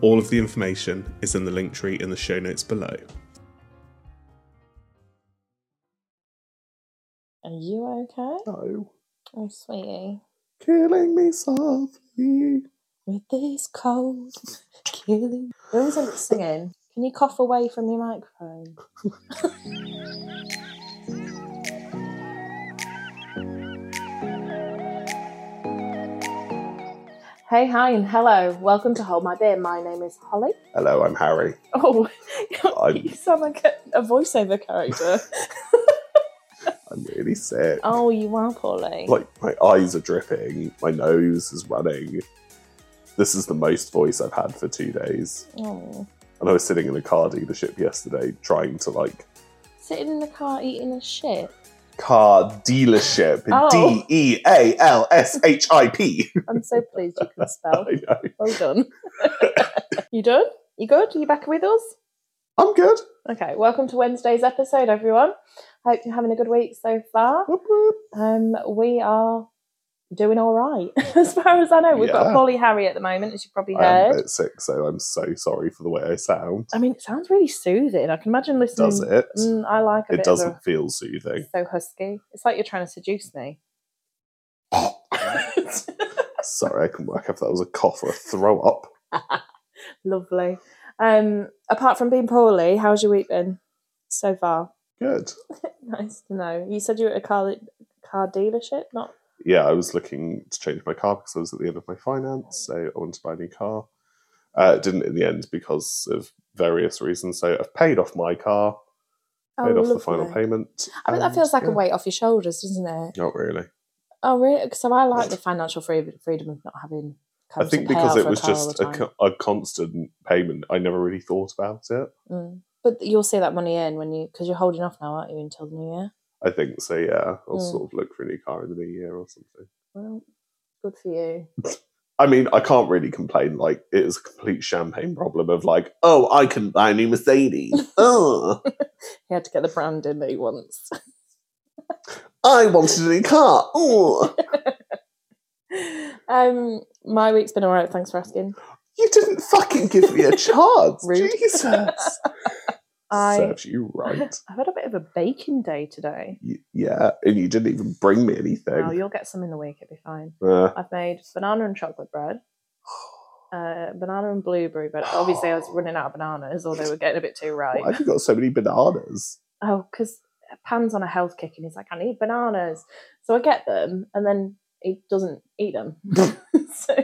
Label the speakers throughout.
Speaker 1: All of the information is in the link tree in the show notes below.
Speaker 2: Are you okay?
Speaker 1: No,
Speaker 2: Oh, sweetie.
Speaker 1: killing me softly.
Speaker 2: With this cold, killing. We're always end up singing. Can you cough away from your microphone? hey, hi, and hello. Welcome to Hold My Beer. My name is Holly.
Speaker 1: Hello, I'm Harry.
Speaker 2: Oh, you
Speaker 1: I'm-
Speaker 2: sound like a, a voiceover character.
Speaker 1: I'm really sick.
Speaker 2: oh, you are, Paulie.
Speaker 1: Like, my eyes are dripping, my nose is running. This is the most voice I've had for two days.
Speaker 2: Oh.
Speaker 1: And I was sitting in a car dealership yesterday trying to, like,
Speaker 2: Sitting in the car eating a shit.
Speaker 1: car dealership.
Speaker 2: Oh.
Speaker 1: D E A L S H I P.
Speaker 2: I'm so pleased you can spell.
Speaker 1: I know.
Speaker 2: Well done. you done? You good? You back with us?
Speaker 1: I'm good.
Speaker 2: Okay, welcome to Wednesday's episode, everyone. Hope you're having a good week so far.
Speaker 1: Whoop, whoop.
Speaker 2: Um, we are doing all right, as far as I know. We've
Speaker 1: Yeah.
Speaker 2: got Polly Harry at the moment, as you probably
Speaker 1: I am a
Speaker 2: heard.
Speaker 1: bit sick, so I'm so sorry for the way I sound.
Speaker 2: I mean, it sounds really soothing. I can imagine listening.
Speaker 1: Does it?
Speaker 2: Mm, I like a
Speaker 1: It
Speaker 2: bit
Speaker 1: doesn't
Speaker 2: of a,
Speaker 1: feel soothing.
Speaker 2: so husky. It's like you're trying to seduce me.
Speaker 1: sorry, I can work out if that was a cough or a throw up.
Speaker 2: Lovely. Um, apart from being poorly, how's your week been so far?
Speaker 1: Good.
Speaker 2: Nice to know. You said you were at a car car dealership, not
Speaker 1: Yeah, I was looking to change my car because I was at the end of my finance, so I wanted to buy a new car. Uh, it didn't in the end because of various reasons. So I've paid off my car, paid off the final
Speaker 2: Oh, lovely.
Speaker 1: payment.
Speaker 2: I mean, that
Speaker 1: and,
Speaker 2: feels like
Speaker 1: yeah.
Speaker 2: a weight off your shoulders, doesn't it?
Speaker 1: Not really.
Speaker 2: Oh, really? So I like the financial free- freedom of not having.
Speaker 1: I
Speaker 2: kind of to
Speaker 1: think
Speaker 2: pay
Speaker 1: because
Speaker 2: out
Speaker 1: it
Speaker 2: for a
Speaker 1: was
Speaker 2: car all
Speaker 1: just
Speaker 2: the
Speaker 1: a,
Speaker 2: time.
Speaker 1: co- a constant payment, I never really thought about it.
Speaker 2: Mm. But you'll see that money in when you because you're holding off now, aren't you, until the new year?
Speaker 1: I think so. Yeah, I'll
Speaker 2: Mm.
Speaker 1: sort of look for a new car in the new year or something.
Speaker 2: Well, good for you.
Speaker 1: I mean, I can't really complain. Like it is a complete champagne problem of like, oh, I can buy a new Mercedes. oh,
Speaker 2: He had to get the brand in that he wants.
Speaker 1: I wanted a new car. Oh,
Speaker 2: um, my week's been all right. Thanks for asking.
Speaker 1: you didn't fucking give me a chance,
Speaker 2: Rude.
Speaker 1: Jesus.
Speaker 2: I
Speaker 1: Serves you right.
Speaker 2: I've had a bit of a baking day today.
Speaker 1: Y- Yeah, and you didn't even bring me
Speaker 2: Oh,
Speaker 1: anything.
Speaker 2: you'll get some in the week. It'll be fine.
Speaker 1: Uh,
Speaker 2: I've made banana and chocolate bread, uh, banana and blueberry bread. Obviously, I was running out of bananas, or they were getting a bit too ripe.
Speaker 1: why have you got so many bananas?
Speaker 2: Oh, because Pan's on a health kick, and he's like, "I need bananas," so I get them, and then he doesn't eat them. so,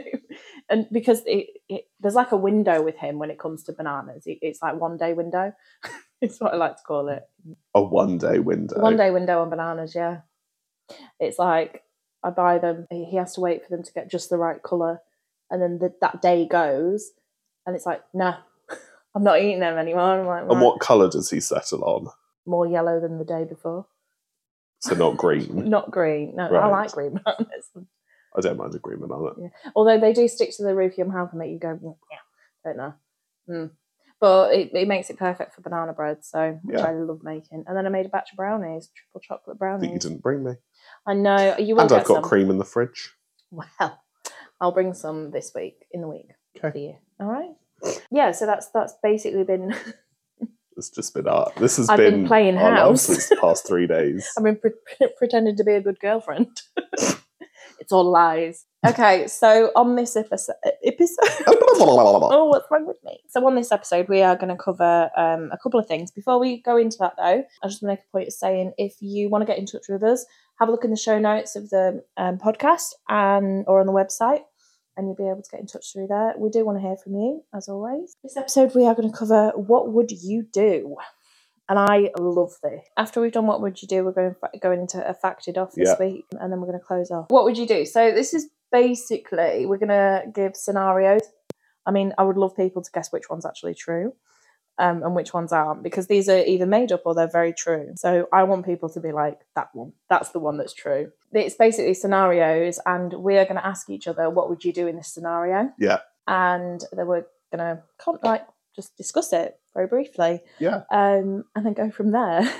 Speaker 2: and because it, it, there's like a window with him when it comes to bananas, It- it's like one day window. it's what I like to call it.
Speaker 1: A one-day window.
Speaker 2: One day window on bananas, yeah. It's like I buy them. He has to wait for them to get just the right color, and then the, that day goes, and it's like, nah, I'm not eating them anymore. I'm like,
Speaker 1: And
Speaker 2: "Right."
Speaker 1: what colour does he settle on?
Speaker 2: more yellow than the day before.
Speaker 1: So not green.
Speaker 2: Not green. No, I
Speaker 1: Right.
Speaker 2: like green bananas.
Speaker 1: I don't mind agreement on it.
Speaker 2: Although they do stick to the roof of your mouth and make you go, "Mm, yeah, don't know. Mm. But it, it makes it perfect for banana bread, so which
Speaker 1: Yeah.
Speaker 2: I love making. And then I made a batch of brownies, triple chocolate
Speaker 1: That you
Speaker 2: brownies.
Speaker 1: didn't bring me.
Speaker 2: I know you will
Speaker 1: And
Speaker 2: get
Speaker 1: I've got
Speaker 2: some.
Speaker 1: cream in the fridge.
Speaker 2: Well, I'll bring some this week in the week
Speaker 1: Okay.
Speaker 2: for you. All right. Yeah. So that's that's basically been.
Speaker 1: It's just been art. This has
Speaker 2: I've
Speaker 1: been,
Speaker 2: been playing
Speaker 1: our lives
Speaker 2: house.
Speaker 1: since the past three days.
Speaker 2: I've been pre- pretending to be a good girlfriend. it's all lies. Okay. So on this episode, episode oh, what's wrong with me? So, on this episode, we are going to cover um, a couple of things. Before we go into that, though, I just want to make a point of saying if you want to get in touch with us, have a look in the show notes of the um, podcast and or on the website. and you'll be able to get in touch through there. We do want to hear from you, as always. This episode, we are going to cover what would you do? And I love this. After we've done what would you do, we're going going into a facted off this
Speaker 1: Yeah.
Speaker 2: week, and then we're going to close off. What would you do? So this is basically we're going to give scenarios. I mean, I would love people to guess which one's actually true. Um, and which ones aren't because these are either made up or they're very true. So I want people to be like, that one, that's the one that's true. It's basically scenarios, and we are going to ask each other, what would you do in this scenario?
Speaker 1: Yeah.
Speaker 2: And then we're going to con- like just discuss it very briefly.
Speaker 1: Yeah.
Speaker 2: Um, and then go from there.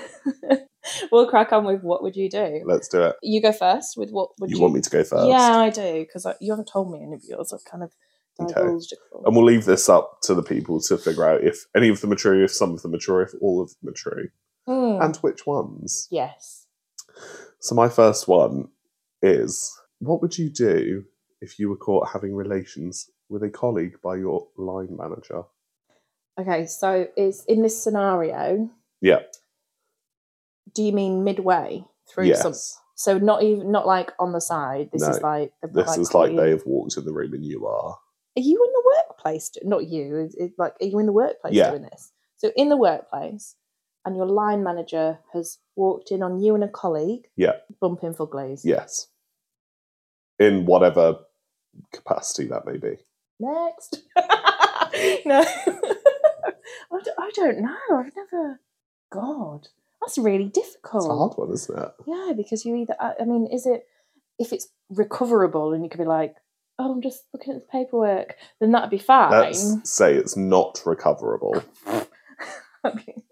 Speaker 2: we'll crack on with what would you do?
Speaker 1: Let's do it.
Speaker 2: You go first with what would
Speaker 1: You
Speaker 2: you,
Speaker 1: want me to go first?
Speaker 2: Yeah, I do because you haven't told me any of yours. I've kind of
Speaker 1: Okay.
Speaker 2: divulged it all.
Speaker 1: And we'll leave this up to the people to figure out if any of them are true, if some of them are true, if all of them are true,
Speaker 2: Mm.
Speaker 1: and which ones.
Speaker 2: yes.
Speaker 1: So, my first one is what would you do if you were caught having relations with a colleague by your line manager?
Speaker 2: Okay, so it's in this scenario.
Speaker 1: Yeah.
Speaker 2: Do you mean midway through
Speaker 1: yes.
Speaker 2: some? So not even not like on the side. This
Speaker 1: No.
Speaker 2: is like the-
Speaker 1: This is like
Speaker 2: you-
Speaker 1: they have walked in the room and you are.
Speaker 2: Are you in the workplace? do- Not you. Is it like are you in the workplace
Speaker 1: Yeah.
Speaker 2: doing this? So in the workplace, and your line manager has walked in on you and a colleague.
Speaker 1: Yeah.
Speaker 2: Bumping for glaze.
Speaker 1: Yes. In whatever capacity that may be.
Speaker 2: Next. no. I, d- I don't know. I've never. God, that's really difficult.
Speaker 1: It's a hard one, isn't it?
Speaker 2: Yeah, because you either, I I mean, is it, if it's recoverable and you could be like, oh, I'm just looking at the paperwork, then that'd be fine.
Speaker 1: Let's say it's not recoverable.
Speaker 2: I mean,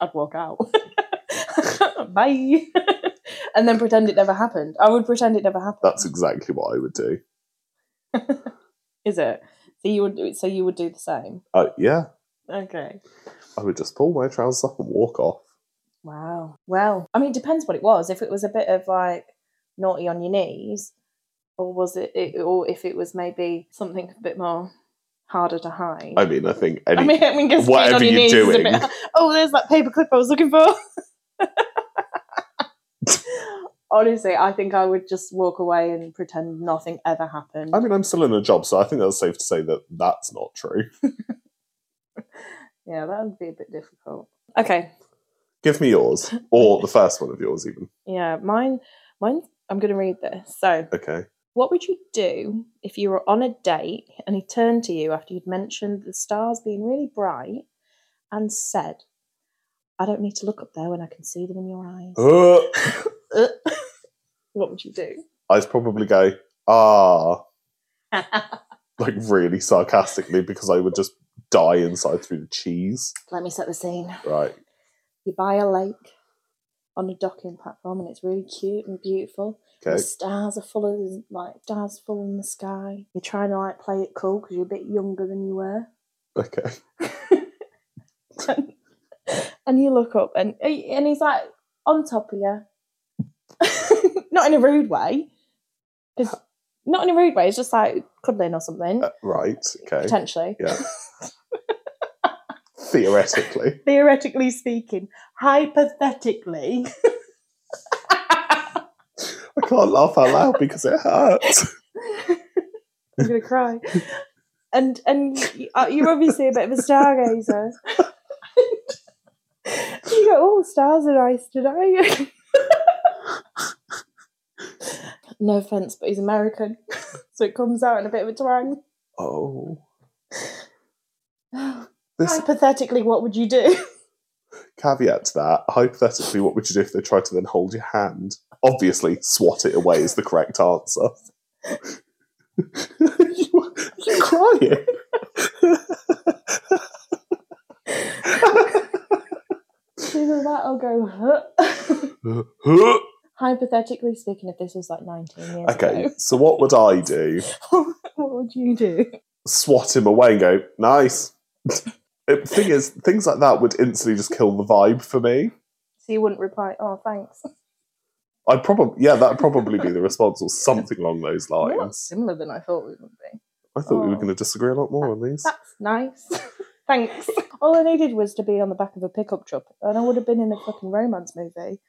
Speaker 2: I'd walk out. Bye. and then pretend it never happened. I would pretend it never happened.
Speaker 1: That's exactly what I would do.
Speaker 2: Is it? So you would do- so you would do the same.
Speaker 1: Uh, yeah,
Speaker 2: Okay.
Speaker 1: I would just pull my trousers up and walk off.
Speaker 2: Wow. Well, I mean, it depends what it was. If it was a bit of like naughty on your knees, or was it, it or if it was maybe something a bit more harder to hide.
Speaker 1: I mean, I think any.
Speaker 2: I mean, I mean, get straight
Speaker 1: whatever
Speaker 2: on your
Speaker 1: you're
Speaker 2: knees is a
Speaker 1: doing.
Speaker 2: bit- oh, there's that paperclip I was looking for. Honestly, I think I would just walk away and pretend nothing ever happened.
Speaker 1: I mean, I'm still in a job, so I think that's safe to say that that's not true.
Speaker 2: yeah, that would be a bit difficult. Okay,
Speaker 1: Give me yours, or the first one of yours, even.
Speaker 2: yeah, mine, mine. I'm going to read this. So,
Speaker 1: Okay.
Speaker 2: what would you do if you were on a date and he turned to you after you'd mentioned the stars being really bright and said, "I don't need to look up there when I can see them in your eyes."
Speaker 1: Uh,
Speaker 2: Uh, what would you do?
Speaker 1: I'd probably go, ah, like really sarcastically, because I would just die inside through the cheese.
Speaker 2: Let me set the scene.
Speaker 1: Right.
Speaker 2: You buy a lake on a docking platform, and it's really cute and beautiful.
Speaker 1: Okay.
Speaker 2: The stars are full of like stars full in the sky. You're trying to like play it cool because you're a bit younger than you were.
Speaker 1: Okay.
Speaker 2: and, and you look up, and eh, and he's like on top of you, not in a rude way, 'cause- not in a rude way. It's just like cuddling or something
Speaker 1: Uh, right. Okay.
Speaker 2: potentially.
Speaker 1: Yeah. Theoretically.
Speaker 2: Theoretically speaking, hypothetically.
Speaker 1: I can't laugh out loud because it hurts.
Speaker 2: I'm gonna cry. And and y- uh, you're obviously a bit of a stargazer. you go, oh, stars are nice today. no offense, but he's American, so it comes out in a bit of a twang.
Speaker 1: Oh. This
Speaker 2: Hypothetically, what would you do?
Speaker 1: caveat to that, hypothetically, what would you do if they tried to then hold your hand? Obviously, swat it away is the correct answer. you, you crying.
Speaker 2: Either that or go. Huh? Hypothetically speaking, if this was like 19 years
Speaker 1: okay,
Speaker 2: ago,
Speaker 1: so what would I do?
Speaker 2: what would you do?
Speaker 1: Swat him away and go, nice. The thing is, things like that would instantly just kill the vibe for me.
Speaker 2: So you wouldn't reply, oh, thanks.
Speaker 1: I'd probably, yeah, that'd probably be the response or something along those
Speaker 2: More
Speaker 1: lines.
Speaker 2: similar than I thought we would be.
Speaker 1: I thought we were
Speaker 2: Oh.
Speaker 1: going to disagree a lot more on these.
Speaker 2: That's nice. Thanks. All I needed was to be on the back of a pickup truck, and I would have been in a fucking romance movie.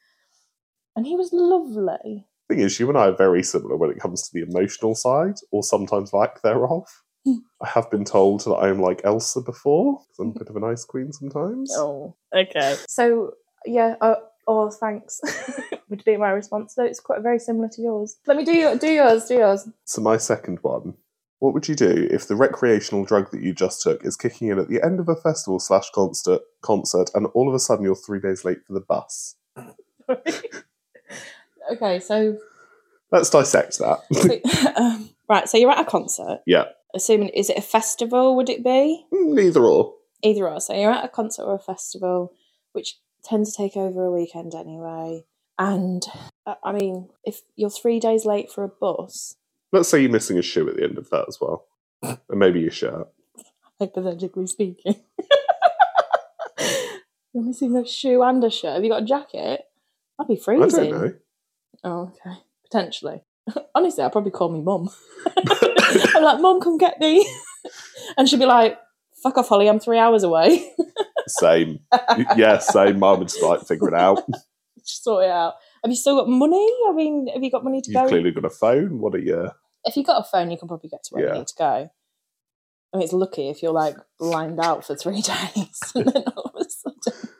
Speaker 2: And he was lovely.
Speaker 1: thing is, you and I are very similar when it comes to the emotional side, or sometimes lack thereof. I have been told that I am like Elsa before, 'cause I'm a bit of an ice queen sometimes.
Speaker 2: Mm. Oh, okay. So, yeah, uh, oh, thanks would be my response. Though it's quite very similar to yours. Let me do your, do yours, do yours.
Speaker 1: So, my second one. What would you do if the recreational drug that you just took is kicking in at the end of a festival slash concert, concert, and all of a sudden you're three days late for the bus?
Speaker 2: okay, so
Speaker 1: Let's dissect that.
Speaker 2: so- um, right, so you're at a concert.
Speaker 1: Yeah.
Speaker 2: Assuming is it a festival? Would it be
Speaker 1: Neither or.
Speaker 2: either or? So you're at a concert or a festival, which tends to take over a weekend anyway. And uh, I mean, if you're three days late for a bus,
Speaker 1: Let's say you're missing a shoe at the end of that as well, and maybe your shirt.
Speaker 2: hypothetically speaking, you're missing a shoe and a shirt. Have you got a jacket? I'd be freezing.
Speaker 1: I don't know.
Speaker 2: Oh, okay. Potentially. Honestly, I'd probably call me mum. I'm like, mum, come get me. and she'd be like, fuck off, Holly, I'm three hours away.
Speaker 1: Same. yeah, same. Mum would just like figure it out.
Speaker 2: Sort it out. Have you still got money? I mean, have you got money to
Speaker 1: You've
Speaker 2: go?
Speaker 1: clearly got a uh, phone. What are you?
Speaker 2: If you've got a phone, you can probably get to where
Speaker 1: Yeah.
Speaker 2: you need to go. I mean, it's lucky if you're like lined out for three days and then all of a sudden.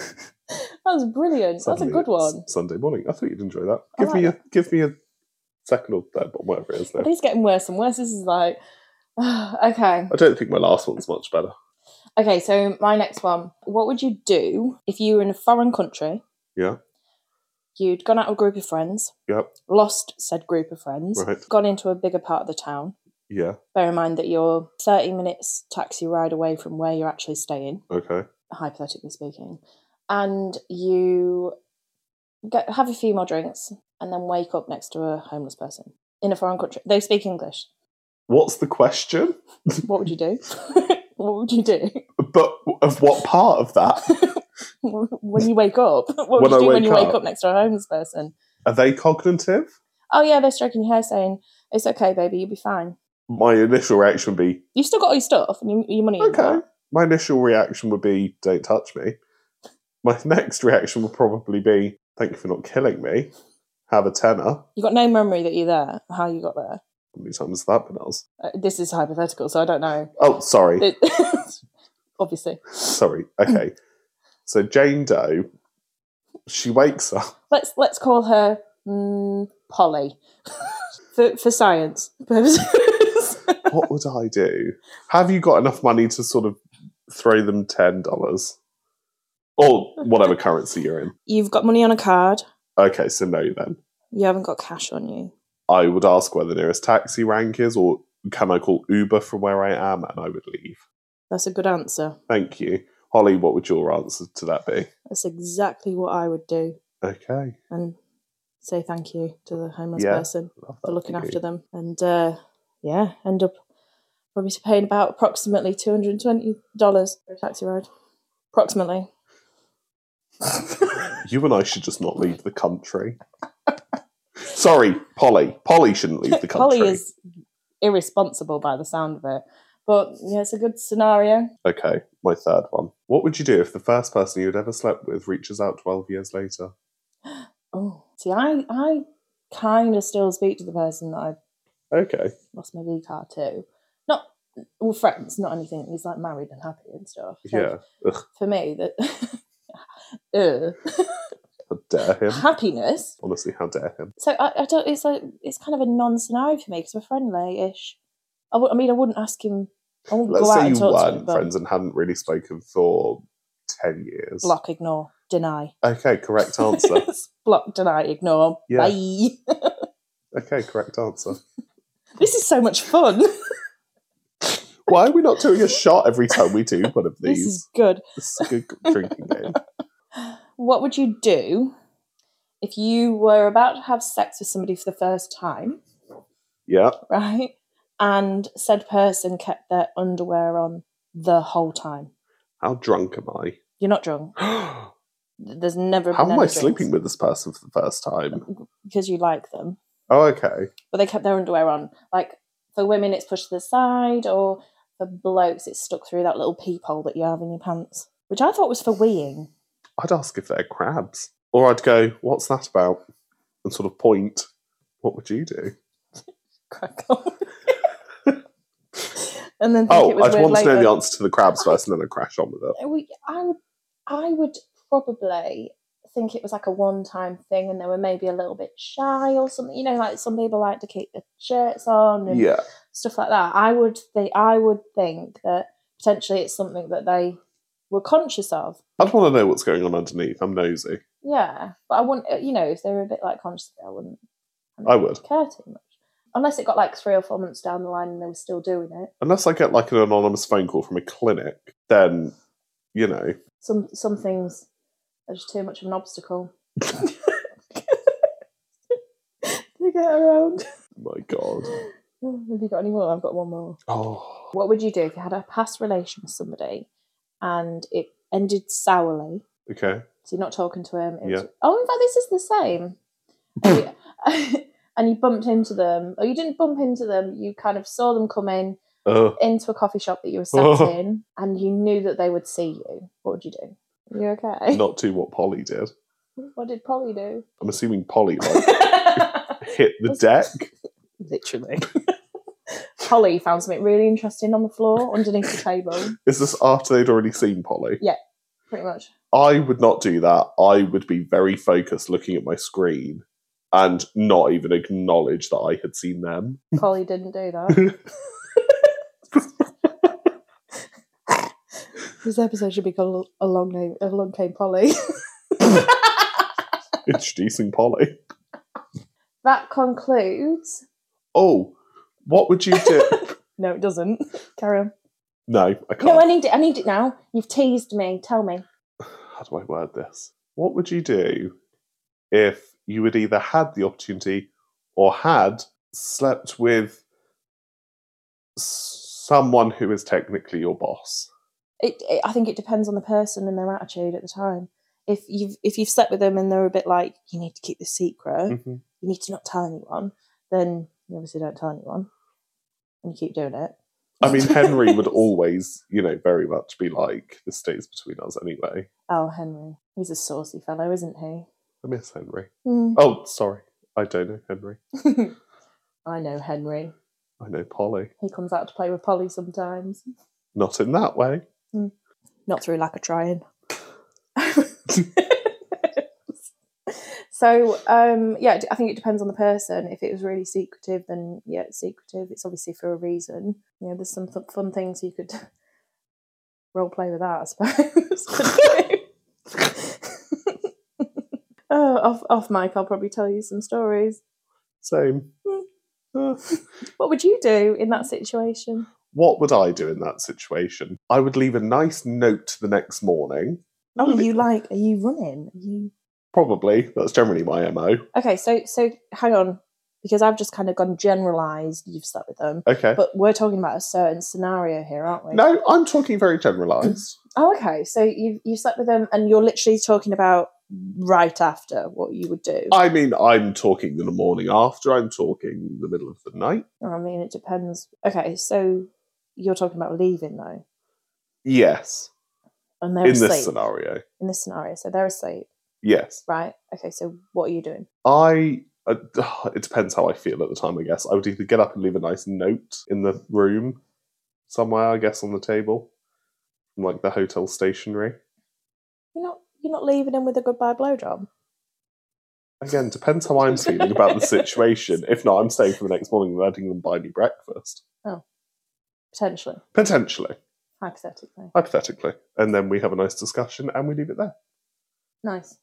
Speaker 2: that was brilliant. That's a
Speaker 1: Suddenly
Speaker 2: good
Speaker 1: it's
Speaker 2: one.
Speaker 1: Sunday morning. I thought you'd enjoy that. Give
Speaker 2: like
Speaker 1: me a give me a second or third one, whatever it is. Now.
Speaker 2: But it's getting worse and worse. This is like, okay.
Speaker 1: I don't think my last one's much better.
Speaker 2: Okay, so my next one. What would you do if you were in a foreign country?
Speaker 1: Yeah.
Speaker 2: You'd gone out with a group of friends.
Speaker 1: Yep.
Speaker 2: Lost said group of friends.
Speaker 1: Right.
Speaker 2: Gone into a bigger part of the town.
Speaker 1: Yeah.
Speaker 2: Bear in mind that you're 30 minutes taxi ride away from where you're actually staying,
Speaker 1: Okay.
Speaker 2: hypothetically speaking. And you get, have a few more drinks and then wake up next to a homeless person in a foreign country. They speak English.
Speaker 1: What's the question?
Speaker 2: What would you do? what would you do?
Speaker 1: But of what part of that
Speaker 2: when you wake up.
Speaker 1: When
Speaker 2: What would you
Speaker 1: I
Speaker 2: do when
Speaker 1: wake
Speaker 2: you wake
Speaker 1: up?
Speaker 2: up next to a homeless person?
Speaker 1: are they cognitive?
Speaker 2: Oh yeah, they're stroking your hair, saying it's okay, baby, you'll be fine.
Speaker 1: My initial reaction would be
Speaker 2: You've still got all your stuff and your, your money. and
Speaker 1: okay.
Speaker 2: that.
Speaker 1: My initial reaction would be don't touch me. My next reaction would probably be thank you for not killing me. Have a tenner.
Speaker 2: You've got no memory that you're there. How you got there?
Speaker 1: How many times has that been asked?
Speaker 2: Uh, this is hypothetical, so I don't know.
Speaker 1: Oh, sorry.
Speaker 2: It- Obviously,
Speaker 1: Sorry. Okay. So Jane Doe, she wakes up.
Speaker 2: let's let's call her mm, Polly for for science purposes.
Speaker 1: What would I do? Have you got enough money to sort of throw them ten dollars or whatever currency you're in?
Speaker 2: You've got money on a card.
Speaker 1: Okay, so no then.
Speaker 2: You haven't got cash on you.
Speaker 1: I would ask where the nearest taxi rank is, or can I call Uber from where I am, and I would leave.
Speaker 2: That's a good answer.
Speaker 1: Thank you, Holly. What would your answer to that be?
Speaker 2: That's exactly what I would do.
Speaker 1: Okay,
Speaker 2: and say thank you to the homeless
Speaker 1: Yeah,
Speaker 2: person
Speaker 1: love
Speaker 2: for looking
Speaker 1: for you.
Speaker 2: after them. And uh, yeah, end up probably paying about approximately two hundred and twenty dollars for a taxi ride. Approximately.
Speaker 1: You and I should just not leave the country. Sorry, Polly. Polly shouldn't leave the country.
Speaker 2: Polly is irresponsible by the sound of it. But yeah, it's a good scenario.
Speaker 1: Okay, my third one. What would you do if the first person you had ever slept with reaches out 12 years later?
Speaker 2: Oh, see, I I kind of still speak to the person that I
Speaker 1: Okay.
Speaker 2: lost my V card to. Not well, friends, not anything. He's like married and happy and stuff. So
Speaker 1: Yeah.
Speaker 2: For me, that. Ugh.
Speaker 1: How dare him.
Speaker 2: happiness
Speaker 1: Honestly, how dare him.
Speaker 2: so I, I don't. It's like it's kind of a non-scenario for me because we're friendly-ish. I, w- I mean, I wouldn't ask him. I wouldn't
Speaker 1: Let's
Speaker 2: go out
Speaker 1: say
Speaker 2: and
Speaker 1: you
Speaker 2: talk to
Speaker 1: weren't
Speaker 2: him. But
Speaker 1: friends and hadn't really spoken for 10 years.
Speaker 2: block, ignore, deny.
Speaker 1: Okay, correct answer.
Speaker 2: block, deny, ignore.
Speaker 1: Yeah.
Speaker 2: Bye.
Speaker 1: okay, correct answer.
Speaker 2: This is so much fun.
Speaker 1: Why are we not doing a shot every time we do one of
Speaker 2: this
Speaker 1: these?
Speaker 2: is good.
Speaker 1: This is a good drinking game.
Speaker 2: What would you do if you were about to have sex with somebody for the first time,
Speaker 1: Yeah.
Speaker 2: right? And said person kept their underwear on the whole time.
Speaker 1: How drunk am I?
Speaker 2: You're not drunk.
Speaker 1: How
Speaker 2: Th- There's never. been
Speaker 1: am I
Speaker 2: any drinks
Speaker 1: sleeping with this person for the first time?
Speaker 2: because you like them?
Speaker 1: Oh, okay.
Speaker 2: but they kept their underwear on. Like for women, it's pushed to the side, or for blokes, it's stuck through that little peephole that you have in your pants, which I thought was for weeing.
Speaker 1: I'd ask if they're crabs. Or I'd go, what's that about? and sort of point, what would you do?
Speaker 2: Crack on. and then think it
Speaker 1: Oh,
Speaker 2: was
Speaker 1: I just
Speaker 2: weird uh,
Speaker 1: want to know
Speaker 2: later.
Speaker 1: the answer to the crabs first, and then I crash on with it.
Speaker 2: I would, Uh, I would, I would probably think it was like a one-time thing, and they were maybe a little bit shy or something. You know, like some people like to keep their shirts on and
Speaker 1: Yeah,
Speaker 2: stuff like that. I would think, I would think that potentially it's something that they were conscious of.
Speaker 1: I just want to know what's going on underneath. I'm nosy.
Speaker 2: Yeah, but I wouldn't. You know, if they were a bit like conscious, of it, I wouldn't.
Speaker 1: I would.
Speaker 2: care too much, unless it got like three or four months down the line and they were still doing it.
Speaker 1: Unless I get like an anonymous phone call from a clinic, then you know.
Speaker 2: Some some things are just too much of an obstacle. to get around.
Speaker 1: My God.
Speaker 2: Have you got any more? I've got one more.
Speaker 1: Oh,
Speaker 2: What would you do if you had a past relation with somebody and it ended sourly?
Speaker 1: okay.
Speaker 2: So you're not talking to him. It
Speaker 1: Yeah.
Speaker 2: was- oh, in fact, this is the same. And you, and you bumped into them, or you didn't bump into them. You kind of saw them come in
Speaker 1: Uh,
Speaker 2: into a coffee shop that you were sat
Speaker 1: Oh.
Speaker 2: in, and you knew that they would see you. What would you do? Are you okay?
Speaker 1: not to what Polly did.
Speaker 2: What did Polly do?
Speaker 1: I'm assuming Polly like hit the
Speaker 2: Was-
Speaker 1: deck.
Speaker 2: Literally. Polly found something really interesting on the floor underneath the table.
Speaker 1: Is this after they'd already seen Polly?
Speaker 2: Pretty much.
Speaker 1: I would not do that. I would be very focused looking at my screen and not even acknowledge that I had seen them.
Speaker 2: Polly didn't do that. this episode should be called Along, Name- Along Came Polly.
Speaker 1: Introducing Polly.
Speaker 2: that concludes.
Speaker 1: Oh, what would you do?
Speaker 2: No, it doesn't. Carry on.
Speaker 1: no, I can't.
Speaker 2: No, I need it. I need it now. You've teased me. Tell me.
Speaker 1: How do I word this? What would you do if you had either had the opportunity or had slept with someone who is technically your boss?
Speaker 2: it, it I think it depends on the person and their attitude at the time. If you've if you've slept with them and they're a bit like you need to keep this secret, you need to not tell anyone, then you obviously don't tell anyone, and you keep doing it.
Speaker 1: I mean, Henry would always, you know, very much be like, this stays between us anyway.
Speaker 2: Oh, Henry, he's a saucy fellow, isn't he?
Speaker 1: I miss Henry.
Speaker 2: Hmm.
Speaker 1: Oh, sorry. I don't know Henry.
Speaker 2: I know Henry.
Speaker 1: I know Polly.
Speaker 2: He comes out to play with Polly sometimes,
Speaker 1: Not in that way.
Speaker 2: not through lack of trying. so um, yeah, I think it depends on the person. If it was really secretive, then yeah, it's secretive. It's obviously for a reason. You know, there's some th- fun things you could role play with that, I suppose. oh, off off mic, I'll probably tell you some stories.
Speaker 1: Same. Uh,
Speaker 2: What would you do in that situation?
Speaker 1: what would I do in that situation? I would leave a nice note the next morning.
Speaker 2: Oh, are you like, are you running? Are you
Speaker 1: Probably. That's generally my MO.
Speaker 2: okay? So so hang on, because I've just kind of gone generalised. You've slept with them.
Speaker 1: Okay.
Speaker 2: But we're talking about a certain scenario here, aren't we?
Speaker 1: No, I'm talking very generalised.
Speaker 2: Oh, okay. So you you slept with them, and you're literally talking about right after what you would do.
Speaker 1: I mean, I'm talking the morning after, I'm talking the middle of the night.
Speaker 2: I mean, it depends. Okay, so you're talking about leaving though,
Speaker 1: Yes.
Speaker 2: and they're
Speaker 1: in
Speaker 2: asleep
Speaker 1: this scenario.
Speaker 2: in this scenario. So they're asleep,
Speaker 1: Yes.
Speaker 2: right? Okay, so what are you doing?
Speaker 1: I. Uh, it depends how I feel at the time, I guess. I would either get up and leave a nice note in the room somewhere, I guess, on the table, like the hotel stationery.
Speaker 2: You're not you're not leaving him with a goodbye blowjob.
Speaker 1: Again, depends how I'm feeling about the situation. If not, I'm staying for the next morning and letting them buy me breakfast.
Speaker 2: Potentially,
Speaker 1: Potentially,
Speaker 2: hypothetically,
Speaker 1: hypothetically. And then we have a nice discussion and we leave it there.
Speaker 2: nice.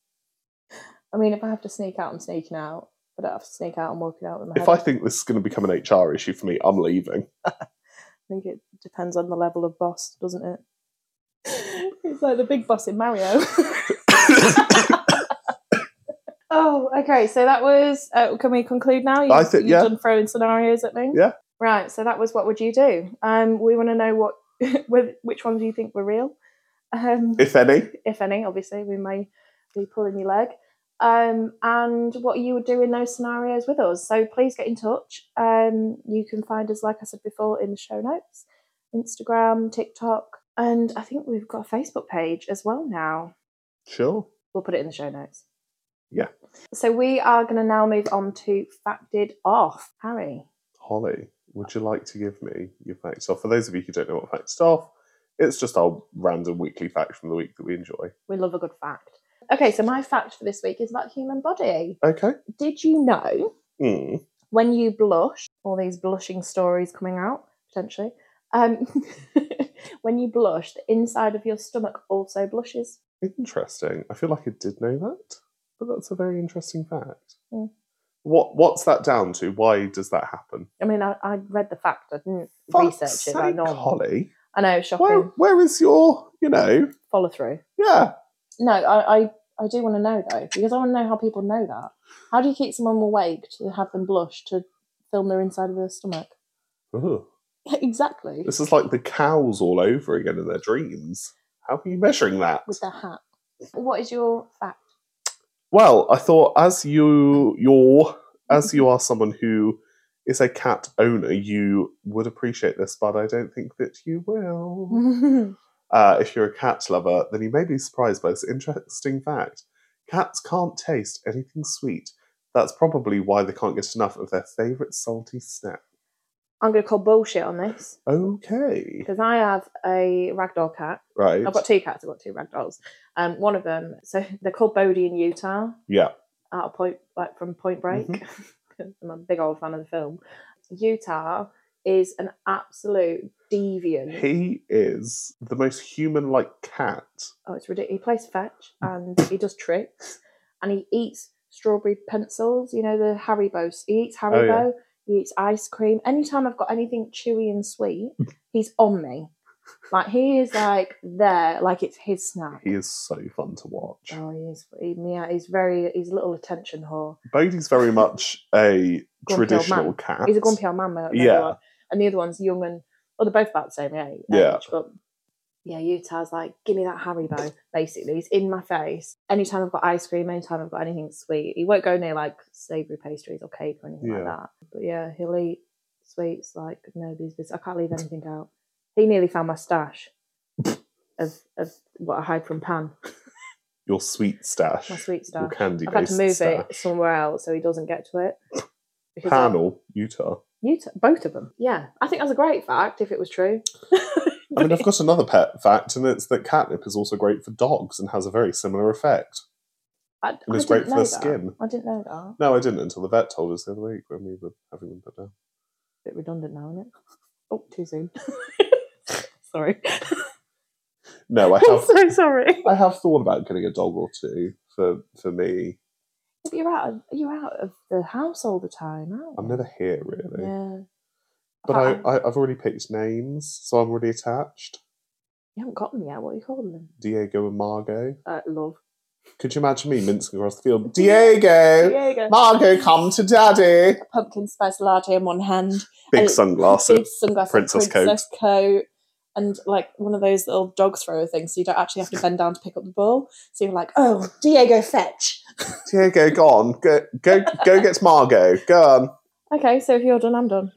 Speaker 2: I mean, if I have to sneak out, I'm sneaking out. But I don't have to sneak out and walking out with my
Speaker 1: If
Speaker 2: head
Speaker 1: I think this is going to become an HR issue for me, I'm leaving.
Speaker 2: I think it depends on the level of boss, doesn't it? It's like the big boss in Mario. oh, okay. So that was. Uh, can we conclude now? You,
Speaker 1: I think-
Speaker 2: you've
Speaker 1: yeah.
Speaker 2: done throwing scenarios at me.
Speaker 1: Yeah.
Speaker 2: Right. So that was what would you do? Um, we want to know what, whe- which ones you think were real, um,
Speaker 1: If any,
Speaker 2: if any. Obviously, we may be pulling your leg. Um, and what you would do in those scenarios with us. So please get in touch. Um, you can find us, like I said before, in the show notes. Instagram, TikTok, and I think we've got a Facebook page as well now.
Speaker 1: sure.
Speaker 2: We'll put it in the show notes.
Speaker 1: Yeah.
Speaker 2: So we are going to now move on to facted off. Harry.
Speaker 1: Holly, would you like to give me your facts off? For those of you who don't know what facts off, it's just our random weekly fact from the week that we enjoy.
Speaker 2: We love a good fact. Okay, so my fact for this week is about human body.
Speaker 1: Okay.
Speaker 2: Did you know
Speaker 1: Mm.
Speaker 2: when you blush, all these blushing stories coming out potentially, um, when you blush, the inside of your stomach also blushes.
Speaker 1: Interesting. I feel like I did know that, but that's a very interesting fact.
Speaker 2: Mm.
Speaker 1: What What's that down to? Why does that happen?
Speaker 2: I mean, I, I read the fact, I didn't
Speaker 1: Fuck's
Speaker 2: research it. I,
Speaker 1: sake,
Speaker 2: know.
Speaker 1: Holly.
Speaker 2: I know, shocking.
Speaker 1: Where, where is your, you know,
Speaker 2: Follow through.
Speaker 1: yeah.
Speaker 2: No, I, I, I do want to know though, because I want to know how people know that. How do you keep someone awake to have them blush to film their inside of their stomach?
Speaker 1: Ugh.
Speaker 2: exactly.
Speaker 1: This is like the cows all over again in their dreams. How are you measuring that?
Speaker 2: With their hat. What is your fact?
Speaker 1: Well, I thought as you you're as you are someone who is a cat owner, you would appreciate this, but I don't think that you
Speaker 2: Mm.
Speaker 1: will. Uh, if you're a cat lover, then you may be surprised by this interesting fact: cats can't taste anything sweet. That's probably why they can't get enough of their favourite salty snack.
Speaker 2: I'm going to call bullshit on this
Speaker 1: Okay,
Speaker 2: because I have a ragdoll cat.
Speaker 1: right?
Speaker 2: I've got two cats. I've got two ragdolls. Um, one of them, so they're called Bodie in Utah,
Speaker 1: Yeah,
Speaker 2: out of Point, like from Point Break. 'Cause I'm a big old fan of the film. Utah is an absolute deviant.
Speaker 1: he is the most human-like cat.
Speaker 2: oh, it's ridiculous. He plays fetch and he does tricks and he eats strawberry pencils, you know, the Haribo. He eats Haribo, he eats ice cream. Anytime I've got anything chewy and sweet, he's on me. Like, he is like there, like it's his snack.
Speaker 1: He is so fun to watch.
Speaker 2: Oh, he is. He, yeah, he's very, he's a little attention whore.
Speaker 1: Bodie's very much a
Speaker 2: Grumpy old
Speaker 1: traditional
Speaker 2: man.
Speaker 1: cat.
Speaker 2: He's a grumpy old man, though. the other
Speaker 1: Yeah.
Speaker 2: one. And the other one's young and, well, they're both about the same age.
Speaker 1: Yeah.
Speaker 2: But yeah, Utah's like, give me that Haribo, basically. He's in my face. Anytime I've got ice cream, anytime I've got anything sweet. He won't go near like savoury pastries or cake or anything
Speaker 1: Yeah.
Speaker 2: like that. But yeah, he'll eat sweets like nobody's business. I can't leave anything out. He nearly found my stash of, of what I hide from Pan,
Speaker 1: Your sweet stash.
Speaker 2: my sweet
Speaker 1: Your
Speaker 2: stash.
Speaker 1: candy
Speaker 2: I've had to move
Speaker 1: stash.
Speaker 2: it somewhere else so he doesn't get to it. Because I-
Speaker 1: Panel, Utah.
Speaker 2: Utah, both of them. Yeah, I think that's a great fact if it was true.
Speaker 1: I mean, I've got another pet fact, and it's that catnip is also great for dogs and has a very similar effect.
Speaker 2: I,
Speaker 1: It was
Speaker 2: I didn't
Speaker 1: great for
Speaker 2: know
Speaker 1: the
Speaker 2: that.
Speaker 1: skin.
Speaker 2: I didn't know that.
Speaker 1: No, I didn't until the vet told us the other week when we were having them put down.
Speaker 2: Bit redundant now, isn't it? Oh, too soon. sorry.
Speaker 1: No, I
Speaker 2: I'm
Speaker 1: have.
Speaker 2: so sorry.
Speaker 1: I have thought about getting a dog or two for for me.
Speaker 2: But You're out. Of, you're out of the house all the time. Aren't
Speaker 1: I'm
Speaker 2: you?
Speaker 1: never here really,
Speaker 2: Yeah.
Speaker 1: but I, I I've already picked names, so I'm already attached.
Speaker 2: you haven't got them yet. What are you calling them?
Speaker 1: Diego and Margot.
Speaker 2: Uh, love.
Speaker 1: Could you imagine me mincing across the field? Diego,
Speaker 2: Diego.
Speaker 1: Margot, come to daddy.
Speaker 2: Pumpkin spice latte in one hand.
Speaker 1: Big
Speaker 2: And- big
Speaker 1: sunglasses.
Speaker 2: sunglasses,
Speaker 1: Princess
Speaker 2: princess,
Speaker 1: coat.
Speaker 2: coat. and like one of those little dog thrower things, so you don't actually have to bend down to pick up the ball. So you're like, oh, Diego, fetch.
Speaker 1: Diego, go on. Go, go, go get Margot. Go on.
Speaker 2: Okay, so if you're done, I'm done.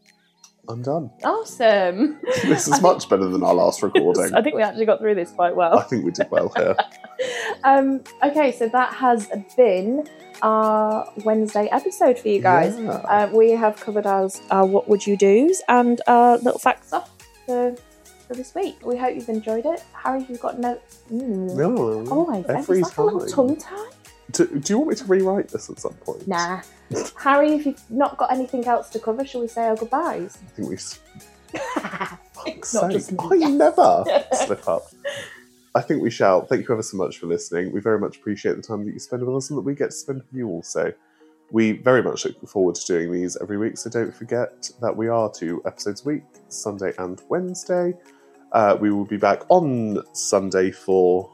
Speaker 1: I'm done.
Speaker 2: Awesome.
Speaker 1: This is much better than our last recording.
Speaker 2: I think we actually got through this quite
Speaker 1: I
Speaker 2: well.
Speaker 1: think we did well here.
Speaker 2: Um, okay, so that has been our Wednesday episode for you guys.
Speaker 1: Yeah.
Speaker 2: Uh, we have covered ours, our what would you do's and our little facts off for, for this week. We hope you've enjoyed it. Harry, you've got no. Mm.
Speaker 1: No,
Speaker 2: Always.
Speaker 1: every
Speaker 2: Every like a little
Speaker 1: time.
Speaker 2: tongue tie.
Speaker 1: Do, do you want me to rewrite this at some point?
Speaker 2: Nah. Harry, if you've not got anything else to cover, shall we say our goodbyes?
Speaker 1: I think we. s- Fuck's
Speaker 2: Not
Speaker 1: sake.
Speaker 2: just me,
Speaker 1: I
Speaker 2: yes.
Speaker 1: never slip up. I think we shall. Thank you ever so much for listening. We very much appreciate the time that you spend with us and that we get to spend with you also. We very much look forward to doing these every week, so don't forget that we are two episodes a week, Sunday and Wednesday. Uh, we will be back on Sunday for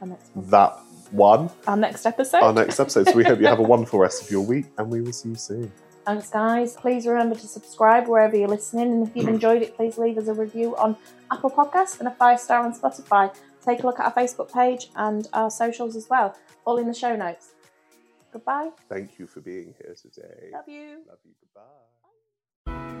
Speaker 2: Our next, one.
Speaker 1: that one,
Speaker 2: Our next episode.
Speaker 1: our next episode. So we hope you have a wonderful rest of your week, and we will see you soon.
Speaker 2: Thanks, guys. Please remember to subscribe wherever you're listening. And if you've enjoyed it, please leave us a review on Apple Podcasts and a five star on Spotify. Take a look at our Facebook page and our socials as well. All in the show notes. Goodbye.
Speaker 1: Thank you for being here today.
Speaker 2: Love you.
Speaker 1: Love you. Goodbye.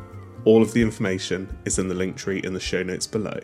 Speaker 1: All of the information is in the link tree in the show notes below.